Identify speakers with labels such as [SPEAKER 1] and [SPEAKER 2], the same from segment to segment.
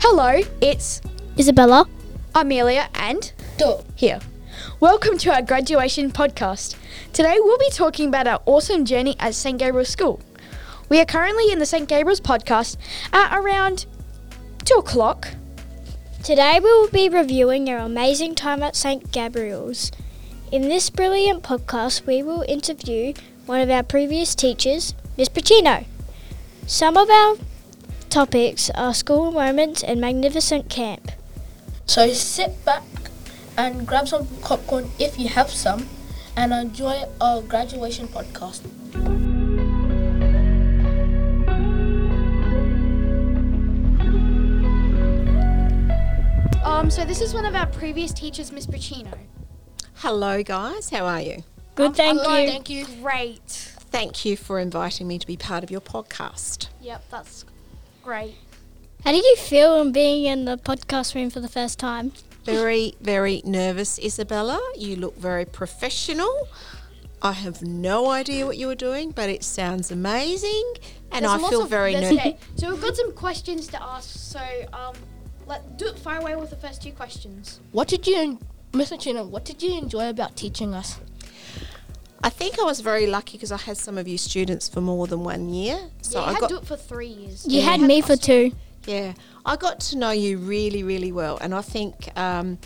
[SPEAKER 1] Hello, it's
[SPEAKER 2] Isabella.
[SPEAKER 1] Amelia and Dor here. Welcome to our graduation podcast. Today we'll be talking about our awesome journey at St Gabriel's School. We are currently in the St Gabriel's podcast at around 2 o'clock.
[SPEAKER 2] Today we will be reviewing our amazing time at St. Gabriel's. In this brilliant podcast, we will interview one of our previous teachers, Miss Pacino. Some of our topics are school moments and magnificent camp.
[SPEAKER 3] So sit back and grab some popcorn if you have some and enjoy our graduation podcast.
[SPEAKER 1] Um, so this is one of our previous teachers, Miss Pacino.
[SPEAKER 4] Hello, guys. How are you?
[SPEAKER 2] Good, thank you.
[SPEAKER 3] Thank you.
[SPEAKER 1] Great.
[SPEAKER 4] Thank you for inviting me to be part of your podcast.
[SPEAKER 1] Yep, that's great.
[SPEAKER 2] How did you feel on being in the podcast room for the first time?
[SPEAKER 4] Very, very nervous, Isabella. You look very professional. I have no idea what you were doing, but it sounds amazing, and
[SPEAKER 1] There's
[SPEAKER 4] I
[SPEAKER 1] lots
[SPEAKER 4] feel
[SPEAKER 1] of-
[SPEAKER 4] very
[SPEAKER 1] there's-
[SPEAKER 4] nervous.
[SPEAKER 1] Okay, so we've got some questions to ask. So um, let do fire away with the first two questions.
[SPEAKER 3] What did you, en- Mr. Chino, what did you enjoy about teaching us?
[SPEAKER 4] I think I was very lucky because I had some of you students for more than one year, so
[SPEAKER 1] yeah, you
[SPEAKER 4] I
[SPEAKER 1] had
[SPEAKER 4] got
[SPEAKER 1] to do it for three years.
[SPEAKER 2] You had me for two.
[SPEAKER 4] Yeah, I got to know you really, really well, and I think um,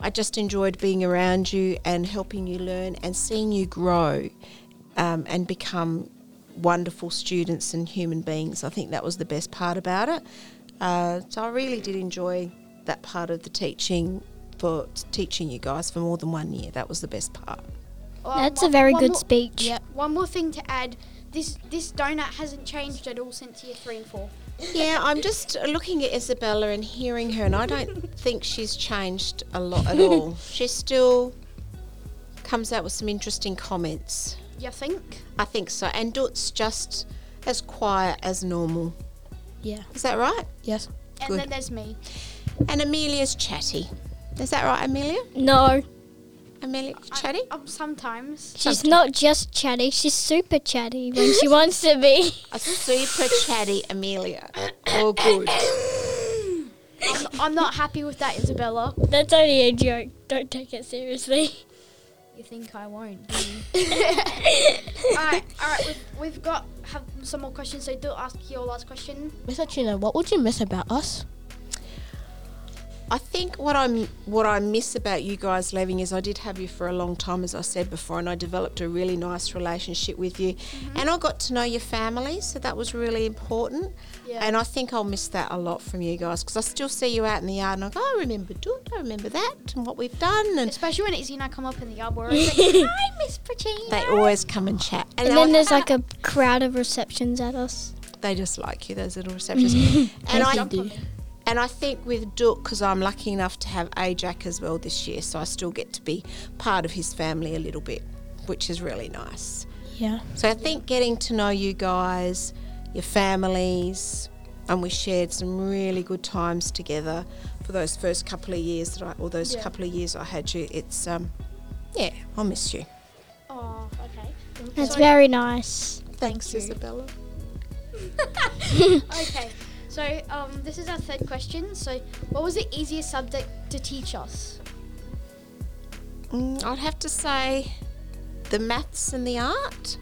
[SPEAKER 4] I just enjoyed being around you and helping you learn and seeing you grow um, and become wonderful students and human beings. I think that was the best part about it. Uh, so I really did enjoy that part of the teaching for teaching you guys for more than one year. That was the best part.
[SPEAKER 1] Well,
[SPEAKER 2] That's a
[SPEAKER 1] one-
[SPEAKER 2] very
[SPEAKER 1] one
[SPEAKER 2] good
[SPEAKER 1] more-
[SPEAKER 2] speech.
[SPEAKER 1] Um, Yeah. One more thing to add. This this donut hasn't changed at all since year three and four.
[SPEAKER 4] Yeah, I'm just looking at Isabella and hearing her, and I don't think she's changed a lot at all. She still comes out with some interesting comments.
[SPEAKER 1] You think?
[SPEAKER 4] I think so. And Dut's just as quiet as normal.
[SPEAKER 3] Yeah.
[SPEAKER 4] Is that right?
[SPEAKER 3] Yes.
[SPEAKER 1] And
[SPEAKER 4] Good.
[SPEAKER 1] then there's me.
[SPEAKER 4] And Amelia's chatty. Is that right, Amelia?
[SPEAKER 2] No,
[SPEAKER 4] Amelia
[SPEAKER 1] I-
[SPEAKER 4] chatty?
[SPEAKER 1] um, sometimes.
[SPEAKER 2] she's not just chatty, she's super chatty when she wants to be.
[SPEAKER 4] A super chatty Amelia. All good.
[SPEAKER 1] I'm, I'm not happy with that, Isabella.
[SPEAKER 2] That's only a joke. Don't take it seriously.
[SPEAKER 1] You think I won't? Do you? all right, all right. We've, we've got have some more questions. So do ask your last question.
[SPEAKER 3] Mr. Chino, what would you miss about us?
[SPEAKER 4] I think what I'm what I miss about you guys leaving is I did have you for a long time, as I said before, and I developed a really nice relationship with you,
[SPEAKER 2] Mm-hmm.
[SPEAKER 4] and I got to know your family, so that was really important.
[SPEAKER 1] Yeah.
[SPEAKER 4] And I think I'll miss that a lot from you guys because I still see you out in the yard, and I go, "Oh, I remember Doot, I remember that, and what we've done, and
[SPEAKER 1] Especially when Izzy and I come up in the yard, we're always like, "Hi, Miss Pacino."
[SPEAKER 4] they always come and chat. And,
[SPEAKER 2] And
[SPEAKER 4] I
[SPEAKER 2] then there's like a crowd of receptions at us.
[SPEAKER 4] they just like you, those little receptions. and I
[SPEAKER 3] do.
[SPEAKER 4] and I think with Duke, because I'm lucky enough to have Ajac as well this year, so I still get to be part of his family a little bit, which is really nice.
[SPEAKER 3] Yeah.
[SPEAKER 4] So I think getting to know you guys, your families, and we shared some really good times together for those first couple of years that I, or those
[SPEAKER 1] Yeah.
[SPEAKER 4] couple of years I had you. It's um, yeah, I'll miss you.
[SPEAKER 1] Oh, okay.
[SPEAKER 2] That's
[SPEAKER 1] So-
[SPEAKER 2] very nice.
[SPEAKER 4] Thanks, Isabella.
[SPEAKER 1] Okay, so um, this is our third question. So, what was the easiest subject to teach us?
[SPEAKER 4] Mm, I'd have to say, the maths and the art.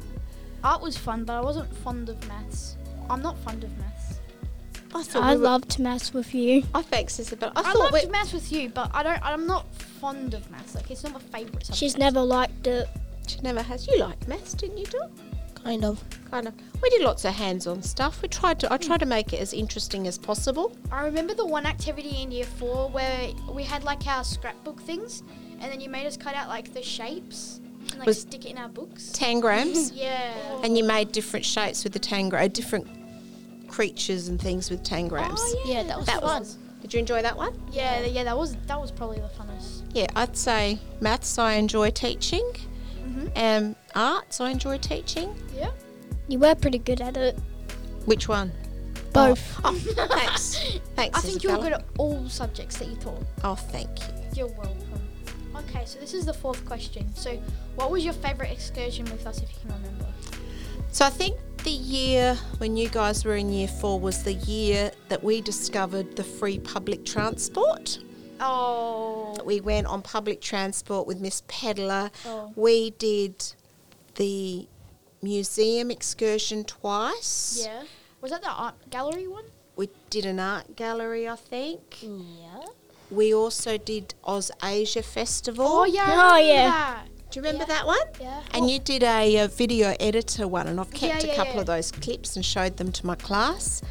[SPEAKER 1] Art was fun, but I wasn't fond of maths. I'm not fond of maths.
[SPEAKER 4] I thought
[SPEAKER 2] I
[SPEAKER 4] we were-
[SPEAKER 2] loved maths with you.
[SPEAKER 4] Oh, thanks, Isabel. I,
[SPEAKER 1] I,
[SPEAKER 4] thought we,
[SPEAKER 1] loved maths with you, but I don't. I'm not fond of maths. Like it's not my favorite subject.
[SPEAKER 2] She's never liked it.
[SPEAKER 4] she never has. You liked maths, didn't you, Dot?
[SPEAKER 3] Kind of.
[SPEAKER 4] Kind of. We did lots of hands-on stuff. We tried to. I tried to make it as interesting as possible.
[SPEAKER 1] I remember the one activity in year four where we had like our scrapbook things, and then you made us cut out like the shapes and like
[SPEAKER 4] Was-
[SPEAKER 1] stick it in our books.
[SPEAKER 4] Ten grams,
[SPEAKER 1] Yeah.
[SPEAKER 4] and you made different shapes with the tangram, different creatures and things with tangrams.
[SPEAKER 1] Oh,
[SPEAKER 3] Yeah, that was
[SPEAKER 4] That
[SPEAKER 3] fun.
[SPEAKER 4] was. Did you enjoy that one?
[SPEAKER 1] Yeah, yeah, that was that was probably the funnest.
[SPEAKER 4] Yeah, I'd say maths. I enjoy teaching.
[SPEAKER 1] Mm-hmm.
[SPEAKER 4] Um, arts. I enjoy teaching.
[SPEAKER 1] Yeah.
[SPEAKER 2] You were pretty good at it.
[SPEAKER 4] Which one?
[SPEAKER 2] Both.
[SPEAKER 4] Oh, thanks. Thanks.
[SPEAKER 1] I think you were
[SPEAKER 4] Isabella.
[SPEAKER 1] good at all subjects that you taught.
[SPEAKER 4] Oh, thank you.
[SPEAKER 1] You're welcome. Okay, so this is the fourth question. So, what was your favourite excursion with us, if you can remember?
[SPEAKER 4] So I think the year when you guys were in year four was the year that we discovered the free public transport.
[SPEAKER 1] Oh.
[SPEAKER 4] We went on public transport with Miss Pedler.
[SPEAKER 1] Oh.
[SPEAKER 4] We did the museum excursion twice.
[SPEAKER 1] Yeah. Was that the art gallery one?
[SPEAKER 4] We did an art gallery, I think.
[SPEAKER 3] Yeah.
[SPEAKER 4] We also did Oz Asia Festival.
[SPEAKER 1] Oh, yeah. I
[SPEAKER 2] Oh,
[SPEAKER 1] remember
[SPEAKER 2] yeah.
[SPEAKER 1] that.
[SPEAKER 4] Do you remember that one?
[SPEAKER 3] Yeah.
[SPEAKER 4] And you did a, uh video editor one, and I've kept
[SPEAKER 1] Yeah, yeah,
[SPEAKER 4] a couple
[SPEAKER 1] yeah.
[SPEAKER 4] of those clips and showed them to my class.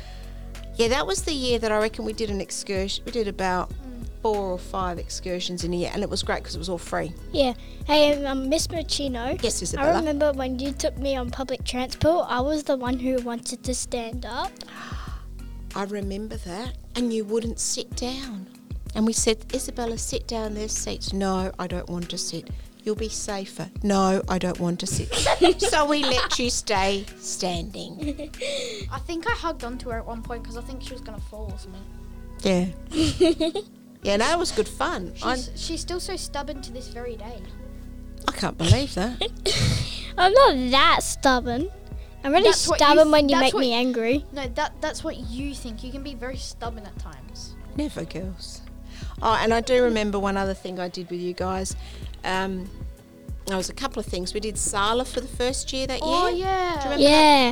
[SPEAKER 4] Yeah, that was the year that I reckon we did an excursion. We did about
[SPEAKER 1] Mm.
[SPEAKER 4] four or five excursions in a year, and it was great because it was all free.
[SPEAKER 2] Yeah. Hey, um, Miss Machino.
[SPEAKER 4] Yes,
[SPEAKER 2] I
[SPEAKER 4] Isabella.
[SPEAKER 2] remember when you took me on public transport, I was the one who wanted to stand up.
[SPEAKER 4] I remember that, and you wouldn't sit down. And we said, Isabella, sit down. There's seats. No, I don't want to sit. You'll be safer. No, I don't want to sit. so we let you stay standing.
[SPEAKER 1] I think I hugged onto her at one point because I think she was going to fall or something.
[SPEAKER 4] Yeah. yeah, no, it was good fun. I,
[SPEAKER 1] She's, she's still so stubborn to this very day.
[SPEAKER 4] I can't believe that.
[SPEAKER 2] I'm not that stubborn. I'm really
[SPEAKER 1] That's what you
[SPEAKER 2] stubborn
[SPEAKER 1] th-
[SPEAKER 2] when you
[SPEAKER 1] that's
[SPEAKER 2] make
[SPEAKER 1] what-
[SPEAKER 2] me angry.
[SPEAKER 1] No, that that's what you think. You can be very stubborn at times.
[SPEAKER 4] Never girls. Oh, and I do remember one other thing I did with you guys. Um, there was a couple of things. We did Sala for the first year that
[SPEAKER 1] Oh
[SPEAKER 4] year.
[SPEAKER 1] yeah.
[SPEAKER 4] Do you remember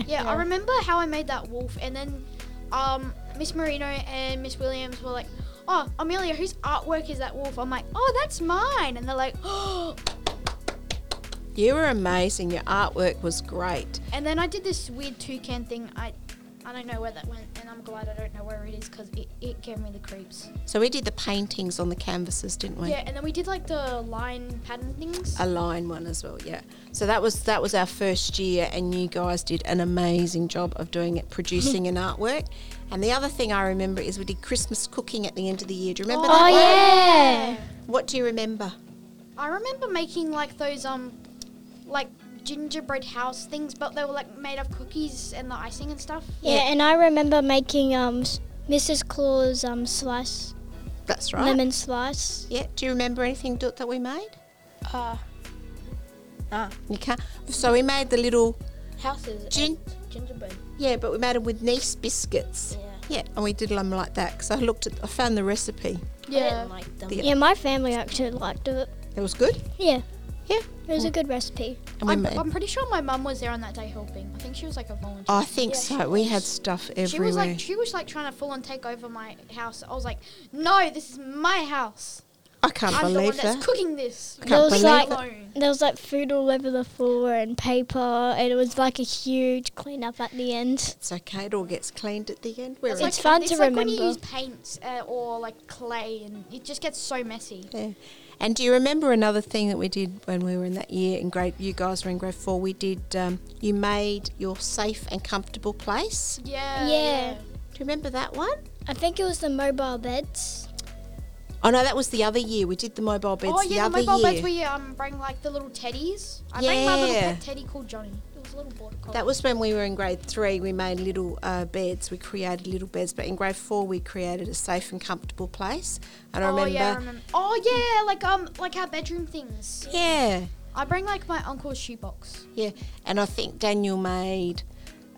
[SPEAKER 2] Yeah.
[SPEAKER 1] yeah, I remember how I made that wolf, and then um, Miss Marino and Miss Williams were like, "Oh, Amelia, whose artwork is that wolf?" I'm like, "Oh, that's mine," and they're like, "Oh."
[SPEAKER 4] You were amazing. Your artwork was great.
[SPEAKER 1] And then I did this weird toucan thing. I, I don't know where that went, and I'm glad I don't know where it is because it, it gave me the creeps.
[SPEAKER 4] So we did the paintings on the canvases, didn't we?
[SPEAKER 1] Yeah, and then we did like the line pattern things.
[SPEAKER 4] A line one as well, yeah. So that was that was our first year, and you guys did an amazing job of doing it, producing an artwork. And the other thing I remember is we did Christmas cooking at the end of the year. Do you remember that?
[SPEAKER 2] Oh,
[SPEAKER 4] one?
[SPEAKER 2] yeah.
[SPEAKER 4] What do you remember?
[SPEAKER 1] I remember making like those um, like gingerbread house things, but they were like made of cookies and the icing and stuff.
[SPEAKER 2] Yeah, and I remember making um s- Mrs. Claus um slice
[SPEAKER 4] That's right.
[SPEAKER 2] lemon slice.
[SPEAKER 4] Yeah. Do you remember anything Dot, that we made?
[SPEAKER 3] Uh,
[SPEAKER 4] You can't. So we made the little
[SPEAKER 3] houses.
[SPEAKER 4] Gin-
[SPEAKER 3] and gingerbread.
[SPEAKER 4] yeah, but we made them with nice biscuits.
[SPEAKER 3] Yeah.
[SPEAKER 4] Yeah, and we did them like that because I looked at I found the
[SPEAKER 3] I
[SPEAKER 4] recipe.
[SPEAKER 1] Yeah.
[SPEAKER 3] didn't like them.
[SPEAKER 4] Yeah.
[SPEAKER 2] Yeah, my family actually liked it.
[SPEAKER 4] It was good.
[SPEAKER 2] Yeah,
[SPEAKER 4] Yeah.
[SPEAKER 2] it was a good recipe.
[SPEAKER 4] And we
[SPEAKER 1] I'm,
[SPEAKER 4] made.
[SPEAKER 1] I'm pretty sure my mum was there on that day helping. I think she was like a volunteer.
[SPEAKER 4] Oh, I think
[SPEAKER 1] Yeah,
[SPEAKER 4] so. We had stuff everywhere.
[SPEAKER 1] She was like she was like trying to full on take over my house. I was like, no, this is my house.
[SPEAKER 4] I can't
[SPEAKER 1] I'm the one
[SPEAKER 4] believe
[SPEAKER 1] that's
[SPEAKER 4] that.
[SPEAKER 1] cooking this.
[SPEAKER 4] I
[SPEAKER 2] There
[SPEAKER 4] can't
[SPEAKER 2] was
[SPEAKER 4] believe
[SPEAKER 2] like
[SPEAKER 4] it.
[SPEAKER 1] Alone.
[SPEAKER 2] there was like food all over the floor and paper, and it was like a huge cleanup at the end.
[SPEAKER 4] It's okay. It all gets cleaned at the end. We're
[SPEAKER 1] It's
[SPEAKER 4] all-
[SPEAKER 1] like,
[SPEAKER 2] It's fun
[SPEAKER 1] it's
[SPEAKER 2] to
[SPEAKER 1] like when you
[SPEAKER 2] remember.
[SPEAKER 1] use paints uh, or like clay, and it just gets so messy.
[SPEAKER 4] Yeah. And do you remember another thing that we did when we were in that year in grade? You guys were in grade four. We did. Um, you made your safe and comfortable place.
[SPEAKER 1] Yeah.
[SPEAKER 2] Yeah.
[SPEAKER 4] Do you remember that one?
[SPEAKER 2] I think it was the mobile beds.
[SPEAKER 4] Oh no, that was the other year. We did the mobile beds
[SPEAKER 1] oh yeah,
[SPEAKER 4] the,
[SPEAKER 1] the
[SPEAKER 4] other
[SPEAKER 1] mobile
[SPEAKER 4] year.
[SPEAKER 1] beds where you um, bring like the little teddies. I bring my little
[SPEAKER 4] Yeah.
[SPEAKER 1] pet teddy called Johnny. It was a little border collie.
[SPEAKER 4] that was when we were in grade three. We made little uh, beds. We created little beds. But in grade four, we created a safe and comfortable place. And I
[SPEAKER 1] Oh
[SPEAKER 4] remember.
[SPEAKER 1] yeah, I remember. Oh yeah, like um, like our bedroom things.
[SPEAKER 4] yeah,
[SPEAKER 1] I bring like my uncle's shoebox.
[SPEAKER 4] yeah. And I think Daniel made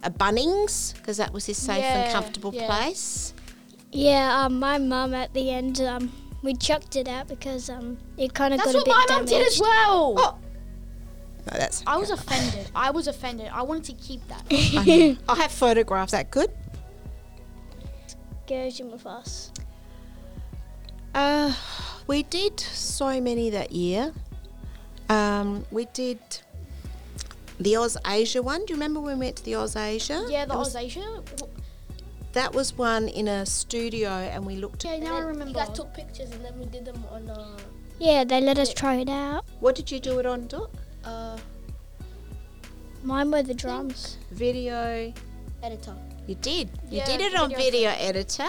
[SPEAKER 4] a Bunnings because that was his safe and
[SPEAKER 1] Yeah,
[SPEAKER 4] comfortable
[SPEAKER 1] yeah.
[SPEAKER 4] place.
[SPEAKER 2] Yeah, um, my mum at the end um we chucked it out because um it kind of
[SPEAKER 1] That's what
[SPEAKER 2] got a bit
[SPEAKER 1] my mum
[SPEAKER 2] damaged.
[SPEAKER 1] did as well.
[SPEAKER 4] No, that's.
[SPEAKER 1] I was offended. I was offended. I wanted to keep that.
[SPEAKER 4] I, know. I have photographs. That good.
[SPEAKER 2] Goes in with us.
[SPEAKER 4] Uh, we did so many that year. Um, we did the Oz Asia one. Do you remember when we went to the Oz Asia?
[SPEAKER 1] Yeah, the
[SPEAKER 4] that was,
[SPEAKER 1] Alsatia.
[SPEAKER 4] that was one in a studio, and we looked.
[SPEAKER 1] Yeah, now I
[SPEAKER 3] You
[SPEAKER 1] remember.
[SPEAKER 3] guys took pictures and then we did them on uh,
[SPEAKER 2] Yeah, they let us try it out.
[SPEAKER 4] What did you do it on? Dot?
[SPEAKER 3] uh
[SPEAKER 2] Mine were the drums.
[SPEAKER 4] Video.
[SPEAKER 3] editor.
[SPEAKER 4] You did. You
[SPEAKER 1] Yeah,
[SPEAKER 4] did it on
[SPEAKER 1] video
[SPEAKER 4] video editor.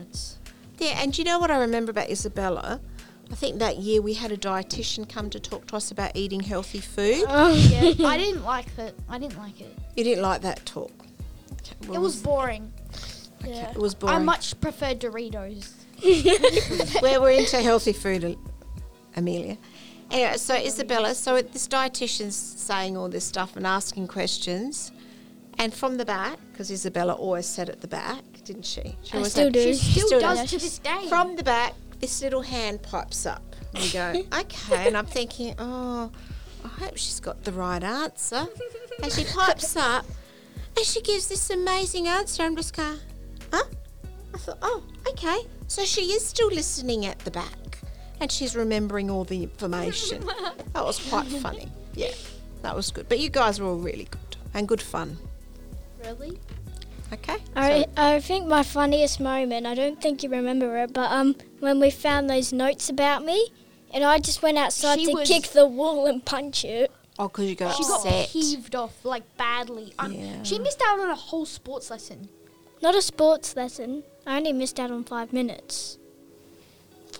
[SPEAKER 4] Yeah, and you know what I remember about Isabella? I think that year we had a dietitian come to talk to us about eating healthy food.
[SPEAKER 1] yeah, I didn't like that. I didn't like it.
[SPEAKER 4] You didn't like that talk. Okay,
[SPEAKER 1] It
[SPEAKER 4] well,
[SPEAKER 1] was boring.
[SPEAKER 4] okay,
[SPEAKER 2] yeah.
[SPEAKER 4] It was boring.
[SPEAKER 1] I much prefer Doritos.
[SPEAKER 4] Well, we're into healthy food, Am- Amelia. Anyway, so Isabella, so this dietitian's saying all this stuff and asking questions, And from the back, because Isabella always sat at the back, didn't she? She
[SPEAKER 2] I
[SPEAKER 4] always
[SPEAKER 2] still
[SPEAKER 4] had-
[SPEAKER 2] do.
[SPEAKER 1] She
[SPEAKER 2] She
[SPEAKER 1] still,
[SPEAKER 4] still
[SPEAKER 1] does
[SPEAKER 4] does.
[SPEAKER 1] to this day.
[SPEAKER 4] From the back, this little hand pipes up. We go, okay. And I'm thinking, oh, I hope she's got the right answer. And she pipes up and she gives this amazing answer. I'm just going, huh? I thought, oh, okay. So she is still listening at the back and she's remembering all the information. that was quite funny. Yeah, that was good. But you guys were all really good and good fun.
[SPEAKER 3] Really?
[SPEAKER 4] Okay.
[SPEAKER 2] I, I think my funniest moment, I don't think you remember it, but um, when we found those notes about me, and I just went outside
[SPEAKER 1] She
[SPEAKER 2] to
[SPEAKER 1] was-
[SPEAKER 2] kick the wall and punch it.
[SPEAKER 4] oh, because you got
[SPEAKER 1] she got
[SPEAKER 4] upset.
[SPEAKER 1] heaved off like badly. Um,
[SPEAKER 4] Yeah.
[SPEAKER 1] She missed out on a whole sports lesson.
[SPEAKER 2] Not a sports lesson. I only missed out on five minutes.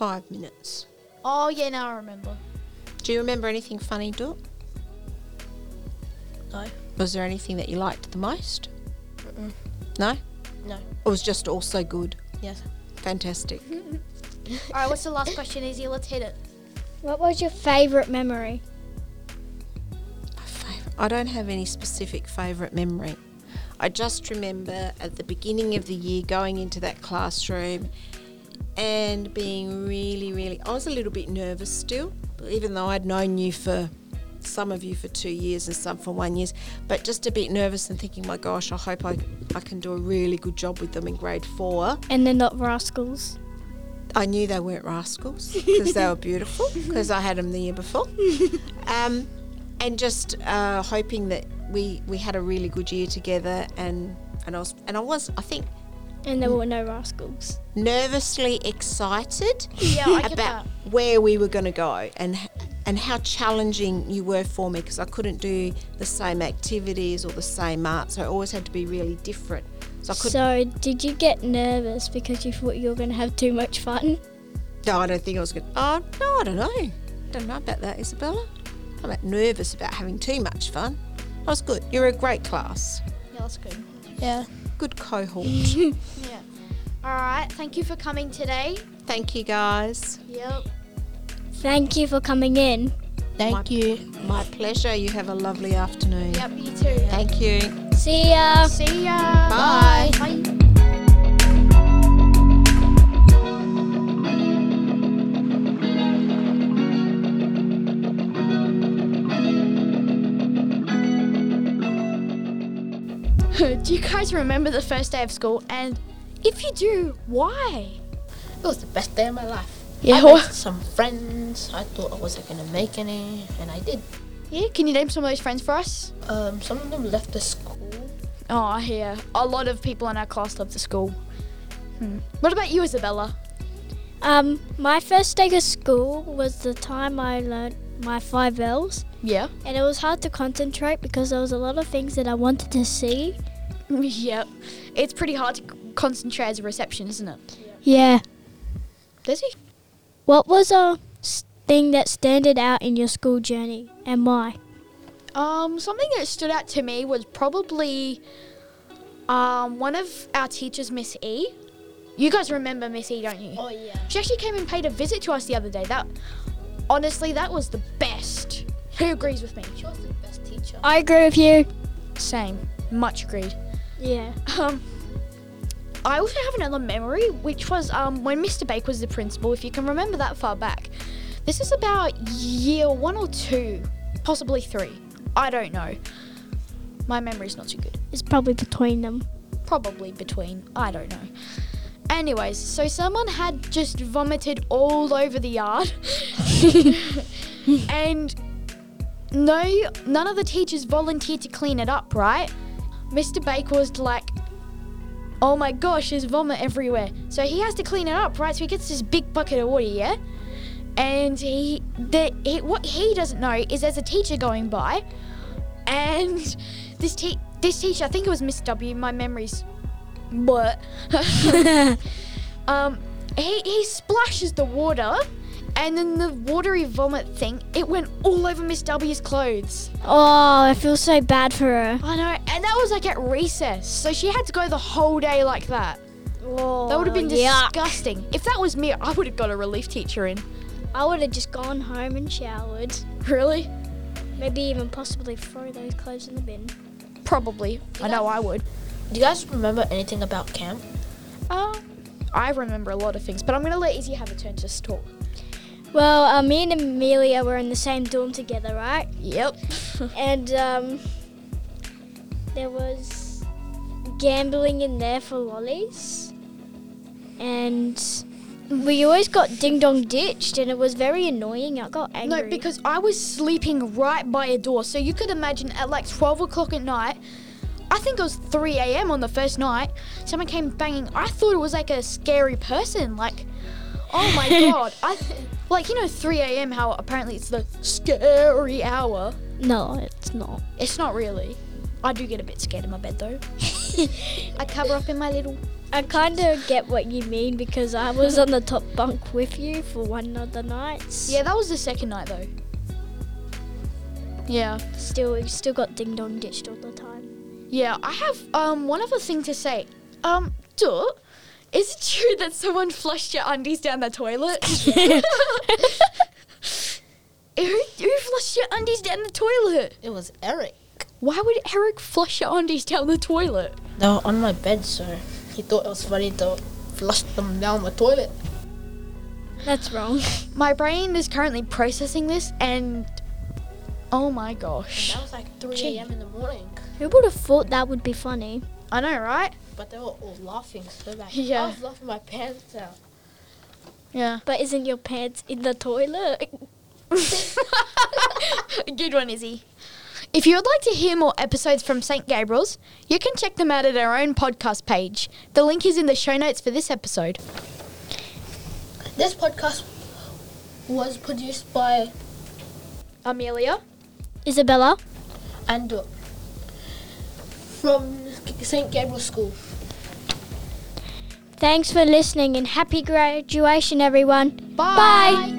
[SPEAKER 4] Five minutes.
[SPEAKER 1] Oh yeah, now I remember.
[SPEAKER 4] Do you remember anything funny, Dook?
[SPEAKER 3] No.
[SPEAKER 4] Was there anything that you liked the most?
[SPEAKER 3] Mm-mm.
[SPEAKER 4] No?
[SPEAKER 3] No.
[SPEAKER 4] It was just all so good.
[SPEAKER 3] Yes.
[SPEAKER 4] Fantastic.
[SPEAKER 1] All right, what's the last question, Izzy? Let's hit it.
[SPEAKER 2] What was your favourite memory?
[SPEAKER 4] My favourite. I don't have any specific favourite memory. I just remember at the beginning of the year going into that classroom and being really, really. I was a little bit nervous still, even though I'd known you for some of you for two years and some for one years, but just a bit nervous and thinking, my gosh, I hope I, I can do a really good job with them in grade four.
[SPEAKER 2] And they're not rascals.
[SPEAKER 4] I knew they weren't rascals because they were beautiful because I had them the year before, um, and just uh, hoping that we we had a really good year together and and I was and I was I think
[SPEAKER 2] And there were no rascals.
[SPEAKER 4] nervously excited
[SPEAKER 1] Yeah, I get
[SPEAKER 4] about where we were going to go and h- and how challenging you were for me because I couldn't do the same activities or the same arts. I always had to be really different. So I couldn't.
[SPEAKER 2] So, did you get nervous because you thought you were going to have too much fun?
[SPEAKER 4] No, I don't think I was going to. Oh, no, I don't know. Don't know about that, Isabella. I'm a bit nervous about having too much fun. That was good. You're a great class.
[SPEAKER 1] Yeah, that's good.
[SPEAKER 3] Yeah.
[SPEAKER 4] Good cohort.
[SPEAKER 1] Yeah. All right. Thank you for coming today.
[SPEAKER 4] Thank you, guys.
[SPEAKER 1] Yep.
[SPEAKER 2] Thank you for coming in.
[SPEAKER 3] Thank you.
[SPEAKER 4] My pleasure. You have a lovely afternoon.
[SPEAKER 1] Yep. You too.
[SPEAKER 4] Thank you.
[SPEAKER 2] See ya.
[SPEAKER 1] See ya.
[SPEAKER 4] Bye.
[SPEAKER 1] Bye. do you guys remember the first day of school? And if you do, why?
[SPEAKER 3] It was the best day of my life.
[SPEAKER 1] Yeah.
[SPEAKER 3] I made some friends. I thought I wasn't gonna make any, and I did.
[SPEAKER 1] Yeah. Can you name some of those friends for us?
[SPEAKER 3] Um, some of them left the school.
[SPEAKER 1] Oh, yeah. A lot of people in our class love the school. Hmm. What about you, Isabella?
[SPEAKER 2] Um, my first day of school was the time I learnt my five L's,
[SPEAKER 1] Yeah.
[SPEAKER 2] and it was hard to concentrate because there was a lot of things that I wanted to see.
[SPEAKER 1] Yep. It's pretty hard to c- concentrate as a reception, isn't it?
[SPEAKER 2] Yeah.
[SPEAKER 1] Does he?
[SPEAKER 2] What was a s- thing that standed out in your school journey, and why?
[SPEAKER 1] Um, something that stood out to me was probably um, one of our teachers, Miss E. You guys remember Miss E, don't you?
[SPEAKER 3] Oh yeah.
[SPEAKER 1] She actually came and paid a visit to us the other day. That, honestly, that was the best. Who agrees with me?
[SPEAKER 3] She was the best teacher.
[SPEAKER 2] I agree with you.
[SPEAKER 1] Same. Much agreed.
[SPEAKER 2] Yeah.
[SPEAKER 1] Um, I also have another memory, which was um, when Mr. Bake was the principal, if you can remember that far back. This is about year one or two, possibly three. I don't know. My memory's not too good.
[SPEAKER 2] It's probably between them.
[SPEAKER 1] Probably between. I don't know. Anyways, so someone had just vomited all over the yard. and no none of the teachers volunteered to clean it up, right? Mr. Baker was like, Oh my gosh, there's vomit everywhere. So he has to clean it up, right? So he gets this big bucket of water, yeah? And he, the, he what he doesn't know is there's a teacher going by, and this te- this teacher, I think it was Miss W, my memory's but um, he, he splashes the water, and then the watery vomit thing, it went all over Miss W's clothes.
[SPEAKER 2] Oh, I feel so bad for her.
[SPEAKER 1] I know, and that was like at recess, so she had to go the whole day like that.
[SPEAKER 2] Oh,
[SPEAKER 1] That would have been
[SPEAKER 2] yuck.
[SPEAKER 1] disgusting. If that was me, I would have got a relief teacher in.
[SPEAKER 2] I would have just gone home and showered.
[SPEAKER 1] Really?
[SPEAKER 2] Maybe even possibly throw those clothes in the bin.
[SPEAKER 1] Probably. I know I would.
[SPEAKER 3] Do you guys remember anything about camp?
[SPEAKER 2] Oh,
[SPEAKER 1] Um, I remember a lot of things, but I'm going to let Izzy have a turn to just talk.
[SPEAKER 2] Well, uh, me and Amelia were in the same dorm together, right?
[SPEAKER 1] Yep.
[SPEAKER 2] And um, there was gambling in there for lollies. And we always got ding dong ditched, and it was very annoying. I got angry.
[SPEAKER 1] No, because I was sleeping right by a door. So you could imagine at like 12 o'clock at night, I think it was 3 a.m. on the first night, someone came banging. I thought it was like a scary person. Like, oh my God. I th- like, you know, 3 a.m., how apparently it's the scary hour.
[SPEAKER 2] no, it's not.
[SPEAKER 1] It's not really. I do get a bit scared in my bed though. I cover up in my little.
[SPEAKER 2] I kind of get what you mean because I was on the top bunk with you for one of the nights.
[SPEAKER 1] Yeah, that was the second night though. Yeah.
[SPEAKER 2] Still, we still got ding dong ditched all the time.
[SPEAKER 1] Yeah, I have um, one other thing to say. Um, Dot, is it true that someone flushed your undies down the toilet? who, who flushed your undies down the toilet?
[SPEAKER 3] It was Eric.
[SPEAKER 1] Why would Eric flush your undies down the toilet?
[SPEAKER 3] They were on my bed, so he thought it was funny to flush them down the toilet.
[SPEAKER 2] That's wrong.
[SPEAKER 1] My brain is currently processing this and. Oh my gosh.
[SPEAKER 3] That was like 3 a.m. in the morning.
[SPEAKER 2] Who would have thought that would be funny?
[SPEAKER 1] I know, right?
[SPEAKER 3] But they were all laughing so bad.
[SPEAKER 1] Yeah.
[SPEAKER 3] I was laughing my pants out.
[SPEAKER 1] Yeah.
[SPEAKER 2] But isn't your pants in the toilet?
[SPEAKER 1] Good one, Izzy. If you would like to hear more episodes from St. Gabriel's, you can check them out at our own podcast page. The link is in the show notes for this episode.
[SPEAKER 3] This podcast was produced by
[SPEAKER 1] Amelia?
[SPEAKER 2] Isabella?
[SPEAKER 3] Andor from St. Gabriel School.
[SPEAKER 2] Thanks for listening and happy graduation, everyone. Bye.